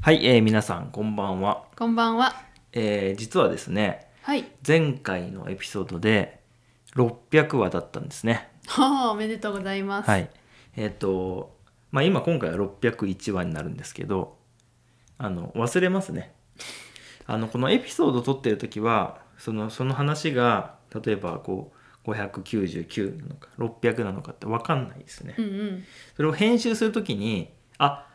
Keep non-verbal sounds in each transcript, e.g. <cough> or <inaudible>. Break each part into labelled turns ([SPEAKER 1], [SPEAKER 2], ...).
[SPEAKER 1] はい、えー皆さんこんばんは、
[SPEAKER 2] こんばんは。
[SPEAKER 1] えー実はですね
[SPEAKER 2] はい。
[SPEAKER 1] 前回のエピソードで600話だったんですね
[SPEAKER 2] は <laughs> あ、おめでとうございます。
[SPEAKER 1] はいえっ、とまあ今今回は601話になるんですけどあの忘れますねあのこのエピソード撮ってる時はそのその話が例えばこう599なのか600なのかって分かんないですね
[SPEAKER 2] うんうん。
[SPEAKER 1] それを編集する時にあ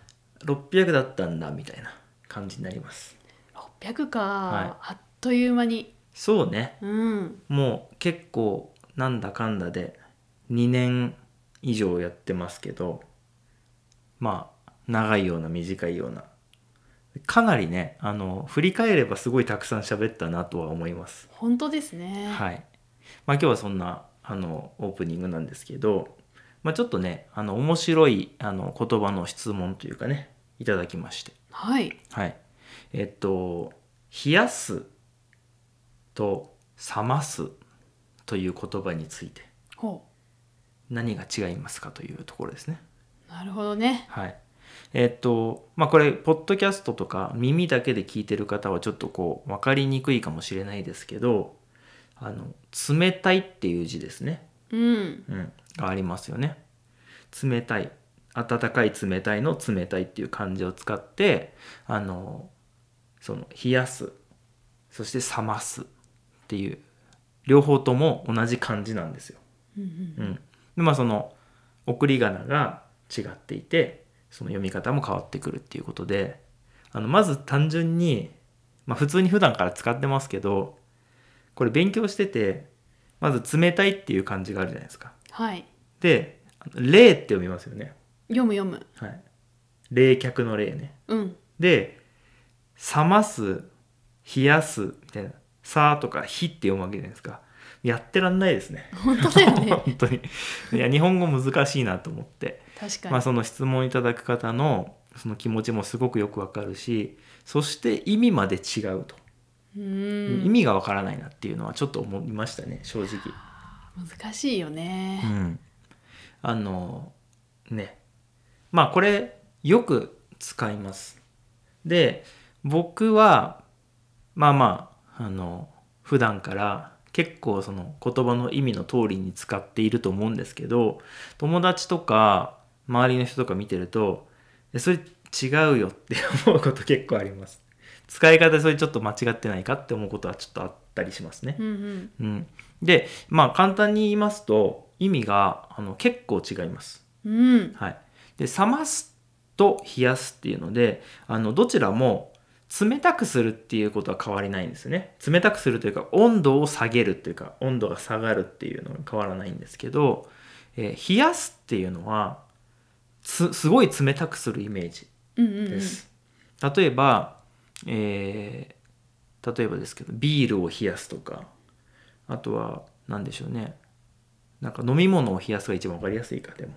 [SPEAKER 1] 600だったんだみたいな感じになります
[SPEAKER 2] 六百か、
[SPEAKER 1] は
[SPEAKER 2] あっという間に。
[SPEAKER 1] そうね
[SPEAKER 2] うん。
[SPEAKER 1] もう結構なんだかんだで2年以上やってますけどまあ長いような短いようなかなりねあの振り返ればすごいたくさん喋ったなとは思います。
[SPEAKER 2] 本当ですね。
[SPEAKER 1] はいまあ、今日はそんなあのオープニングなんですけど、まあ、ちょっとねあの面白いあの言葉の質問というかねいただきまして
[SPEAKER 2] はい。
[SPEAKER 1] はい。えっと、冷やすと冷ますという言葉について
[SPEAKER 2] ほ
[SPEAKER 1] 何が違いますかというところですね。
[SPEAKER 2] う。なるほどね。
[SPEAKER 1] はい。えっと、まあこれ、ポッドキャストとか耳だけで聞いてる方はちょっとこう、わかりにくいかもしれないですけど、あの、冷たいっていう字ですね。
[SPEAKER 2] うん。
[SPEAKER 1] うん、がありますよね。冷たい温かい冷たいの冷たいっていう漢字を使ってあのその冷やすそして冷ますっていう両方とも同じ漢字なんですよ。
[SPEAKER 2] うんうん。
[SPEAKER 1] うん、でまあその送り仮名が違っていてその読み方も変わってくるっていうことであのまず単純に、まあ、普通に普段から使ってますけどこれ勉強しててまず冷たいっていう漢字があるじゃないですか。
[SPEAKER 2] はい。
[SPEAKER 1] で「冷」って読みますよね、
[SPEAKER 2] 読む読む。
[SPEAKER 1] はい、冷却の冷ね
[SPEAKER 2] うん。
[SPEAKER 1] で「冷ます」「冷やす」みたいな「さ」とか「ひ」って読むわけじゃないですかやってらんないですね
[SPEAKER 2] 本当だよね。
[SPEAKER 1] <laughs> 本当にいや日本語難しいなと思って、
[SPEAKER 2] 確かに。
[SPEAKER 1] まあ、その質問いただく方のその気持ちもすごくよくわかるしそして意味まで違うと、
[SPEAKER 2] うーん。
[SPEAKER 1] 意味がわからないなっていうのはちょっと思いましたね正直。
[SPEAKER 2] 難しいよ
[SPEAKER 1] う
[SPEAKER 2] ね。
[SPEAKER 1] ん、あのねまあこれよく使いますで僕はまあまああの普段から結構その言葉の意味の通りに使っていると思うんですけど友達とか周りの人とか見てるとえそれ違うよって <laughs> 思うこと結構あります使い方でそれちょっと間違ってないかって思うことはちょっとあったりしますね
[SPEAKER 2] うんうん。
[SPEAKER 1] うん、でまあ簡単に言いますと意味があの結構違います。
[SPEAKER 2] うん。
[SPEAKER 1] はい、で冷ますと冷やすっていうのであのどちらも冷たくするっていうことは変わりないんですよね。冷たくするというか温度を下げるというか温度が下がるっていうのは変わらないんですけど、えー冷やすっていうのはつすごい冷たくするイメージ
[SPEAKER 2] うんうんう
[SPEAKER 1] で
[SPEAKER 2] ん。
[SPEAKER 1] す。例えば、えー例えばですけどビールを冷やすとかあとは何でしょうねなんか飲み物を冷やすが一番分かりやすいかでも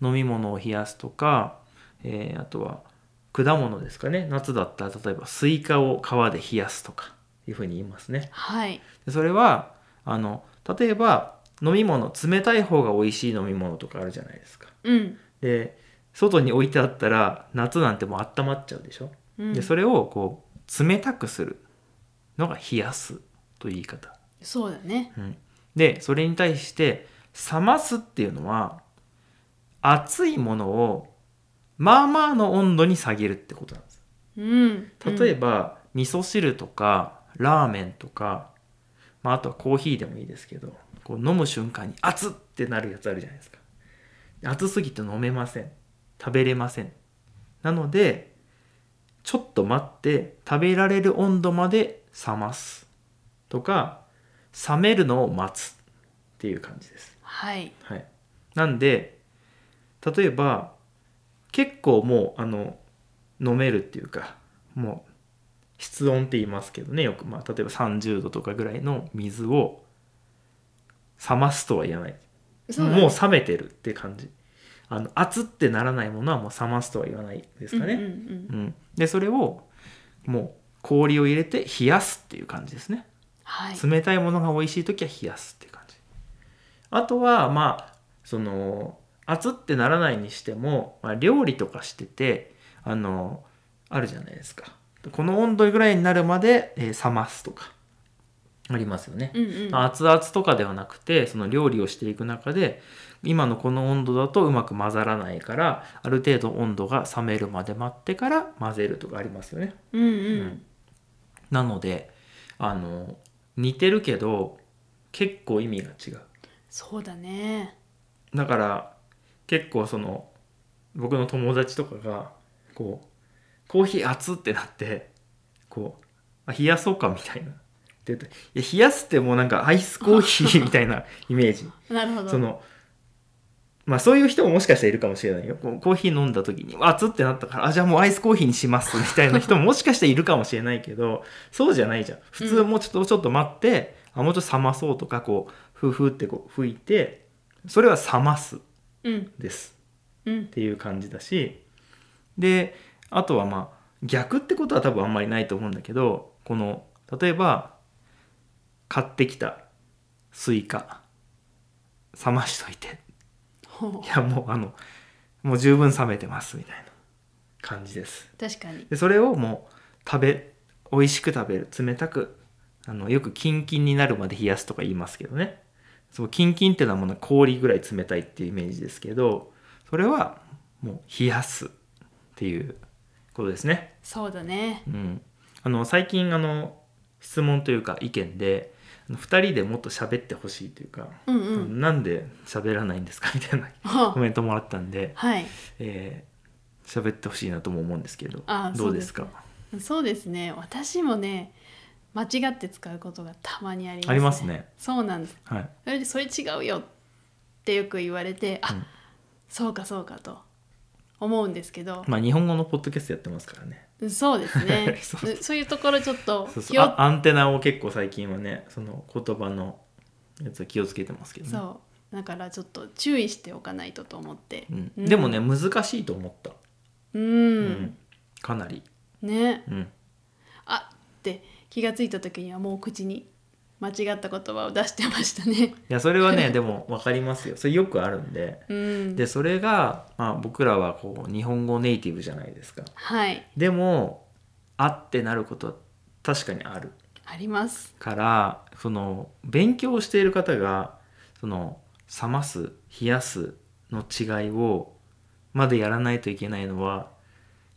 [SPEAKER 1] 飲み物を冷やすとか、えーあとは果物ですかね夏だったら例えばスイカを皮で冷やすとかいうふうに言いますね。
[SPEAKER 2] はい。
[SPEAKER 1] でそれはあの例えば飲み物冷たい方が美味しい飲み物とかあるじゃないですか。
[SPEAKER 2] うん。
[SPEAKER 1] で外に置いてあったら夏なんてもう温まっちゃうでしょ、
[SPEAKER 2] うん。
[SPEAKER 1] でそれをこう冷たくするのが冷やすという言い方、
[SPEAKER 2] そうだね。
[SPEAKER 1] うんでそれに対して冷ますっていうのは熱いものをまあまあの温度に下げるってことなんです
[SPEAKER 2] うん。
[SPEAKER 1] 例えば、味噌汁とかラーメンとか、まあ、あとはコーヒーでもいいですけどこう飲む瞬間に熱っってなるやつあるじゃないですか熱すぎて飲めません食べれませんなのでちょっと待って食べられる温度まで冷ますとか冷めるのを待つっていう感じです
[SPEAKER 2] うん。はい。
[SPEAKER 1] はい、なんで例えば結構もうあの飲めるっていうかもう室温って言いますけどねよく、まあ、例えば30度とかぐらいの水を冷ますとは言わない、
[SPEAKER 2] そうだね
[SPEAKER 1] もう冷めてるって感じあの熱ってならないものはもう冷ますとは言わないですか
[SPEAKER 2] うん
[SPEAKER 1] ね、
[SPEAKER 2] うんうん
[SPEAKER 1] うんでそれをもう氷を入れて冷やすっていう感じですね
[SPEAKER 2] はい。
[SPEAKER 1] 冷たいものが美味しい時は冷やすって感じあとはまあその熱ってならないにしても、まあ、料理とかしててあのあるじゃないですかこの温度ぐらいになるまで、えー冷ますとかありますよね、
[SPEAKER 2] うんうん
[SPEAKER 1] 熱々とかではなくてその料理をしていく中で今のこの温度だとうまく混ざらないからある程度温度が冷めるまで待ってから混ぜるとかありますよね
[SPEAKER 2] うんうん
[SPEAKER 1] なのであの似てるけど結構意味が違う
[SPEAKER 2] そうだね
[SPEAKER 1] だから結構その僕の友達とかがこうコーヒー熱ってなってこうあ冷やそうかみたいなって言っていや冷やすってもうなんかアイスコーヒーみたいなイメージ
[SPEAKER 2] なるほど
[SPEAKER 1] そのまあそういう人ももしかしたらいるかもしれないよこうコーヒー飲んだ時に熱ってなったからあじゃあもうアイスコーヒーにしますみたいな人ももしかしたらいるかもしれないけど <laughs> そうじゃないじゃん普通もうちょっとちょっと待って、あもうちょっと冷まそうとかこうふうふうってこう吹いてそれは冷ます
[SPEAKER 2] うん
[SPEAKER 1] です
[SPEAKER 2] うん
[SPEAKER 1] っていう感じだしであとはまあ逆ってことは多分あんまりないと思うんだけどこの例えば買ってきたスイカ冷ましといて
[SPEAKER 2] ほ
[SPEAKER 1] いやもうあのもう十分冷めてますみたいな感じです
[SPEAKER 2] う確かに
[SPEAKER 1] でそれをもう食べ美味しく食べる冷たくあのよくキンキンになるまで冷やすとか言いますけどねそのキンキンってのはもう氷ぐらい冷たいっていうイメージですけどそれはもう冷やすっていうことですね
[SPEAKER 2] そうだね
[SPEAKER 1] うん、あの最近あの質問というか意見で2人でもっと喋ってほしいというか、
[SPEAKER 2] うんうん
[SPEAKER 1] なんで喋らないんですかみたいな
[SPEAKER 2] あ
[SPEAKER 1] コメントもらったんで、
[SPEAKER 2] はい
[SPEAKER 1] えー喋ってほしいなとも思うんですけど
[SPEAKER 2] あ
[SPEAKER 1] どうですか
[SPEAKER 2] そうですね私もね間違って使うことがたまにあります、
[SPEAKER 1] ありますね
[SPEAKER 2] そうなんです
[SPEAKER 1] はい、
[SPEAKER 2] それでそれ違うよってよく言われてあ、
[SPEAKER 1] うん
[SPEAKER 2] そうかそうかと思うんですけど、
[SPEAKER 1] まあ、日本語のポッドキャストやってますからね
[SPEAKER 2] そうです
[SPEAKER 1] <laughs>
[SPEAKER 2] ね
[SPEAKER 1] そう
[SPEAKER 2] そういうところちょっと
[SPEAKER 1] そうそう
[SPEAKER 2] 気を
[SPEAKER 1] あアンテナを結構最近はねその言葉のやつは気をつけてますけどね
[SPEAKER 2] そうだからちょっと注意しておかないとと思って、
[SPEAKER 1] うん
[SPEAKER 2] うん
[SPEAKER 1] でもね難しいと思った、
[SPEAKER 2] うん、
[SPEAKER 1] うんかなり、
[SPEAKER 2] ね
[SPEAKER 1] うん、
[SPEAKER 2] あって気がついた時にはもう口に間違った言葉を出してましたね。
[SPEAKER 1] いやそれは
[SPEAKER 2] <laughs>
[SPEAKER 1] ねでも分かりますよそれよくあるんで
[SPEAKER 2] うん、
[SPEAKER 1] でそれが、まあ、僕らはこう日本語ネイティブじゃないですか
[SPEAKER 2] はい
[SPEAKER 1] でも「あ」ってなることは確かにある
[SPEAKER 2] あります。
[SPEAKER 1] からその勉強している方がその冷ます冷やすの違いをまでやらないといけないのは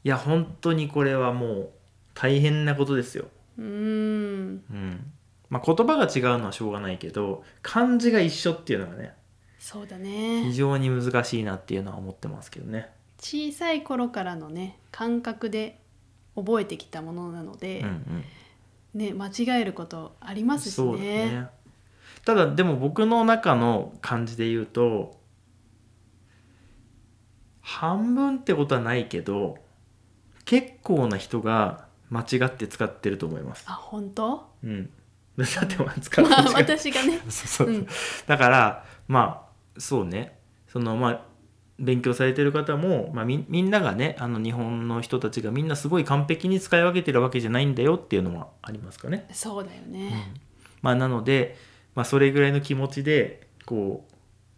[SPEAKER 1] いや本当にこれはもう大変なことですよ。
[SPEAKER 2] うん
[SPEAKER 1] うんまあ、言葉が違うのはしょうがないけど漢字が一緒っていうのがね
[SPEAKER 2] そうだ
[SPEAKER 1] 非
[SPEAKER 2] ね
[SPEAKER 1] 常に難しいなっていうのは思ってますけどね。
[SPEAKER 2] 小さい頃からのね感覚で覚えてきたものなので
[SPEAKER 1] うん、うん
[SPEAKER 2] ね間違えることありますし
[SPEAKER 1] そうだ
[SPEAKER 2] ね。
[SPEAKER 1] ねただでも僕の中の感じで言うと半分ってことはないけど結構な人が間違って使ってると思います
[SPEAKER 2] あ本当？
[SPEAKER 1] うん <laughs> だってまあ使う
[SPEAKER 2] まあ
[SPEAKER 1] 時間
[SPEAKER 2] <laughs> 私がね。
[SPEAKER 1] そうそう、
[SPEAKER 2] うん
[SPEAKER 1] だからまあそうねそのまあ勉強されてる方も、まあ、みみんながねあの日本の人たちがみんなすごい完璧に使い分けてるわけじゃないんだよっていうのはありますかね。
[SPEAKER 2] そうだよ
[SPEAKER 1] うん
[SPEAKER 2] ね。
[SPEAKER 1] まあ、なので、まあ、それぐらいの気持ちでこう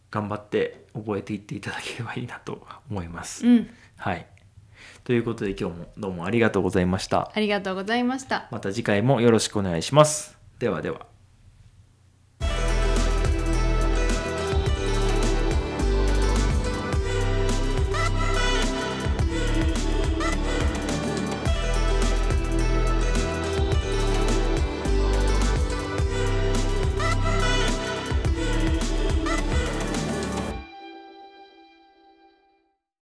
[SPEAKER 1] 頑張って覚えていっていただければいいなと思います。
[SPEAKER 2] うん、
[SPEAKER 1] はい、ということで今日もどうもありがとうございました。
[SPEAKER 2] ありがとうございました。
[SPEAKER 1] また次回もよろしくお願いします。ではでは。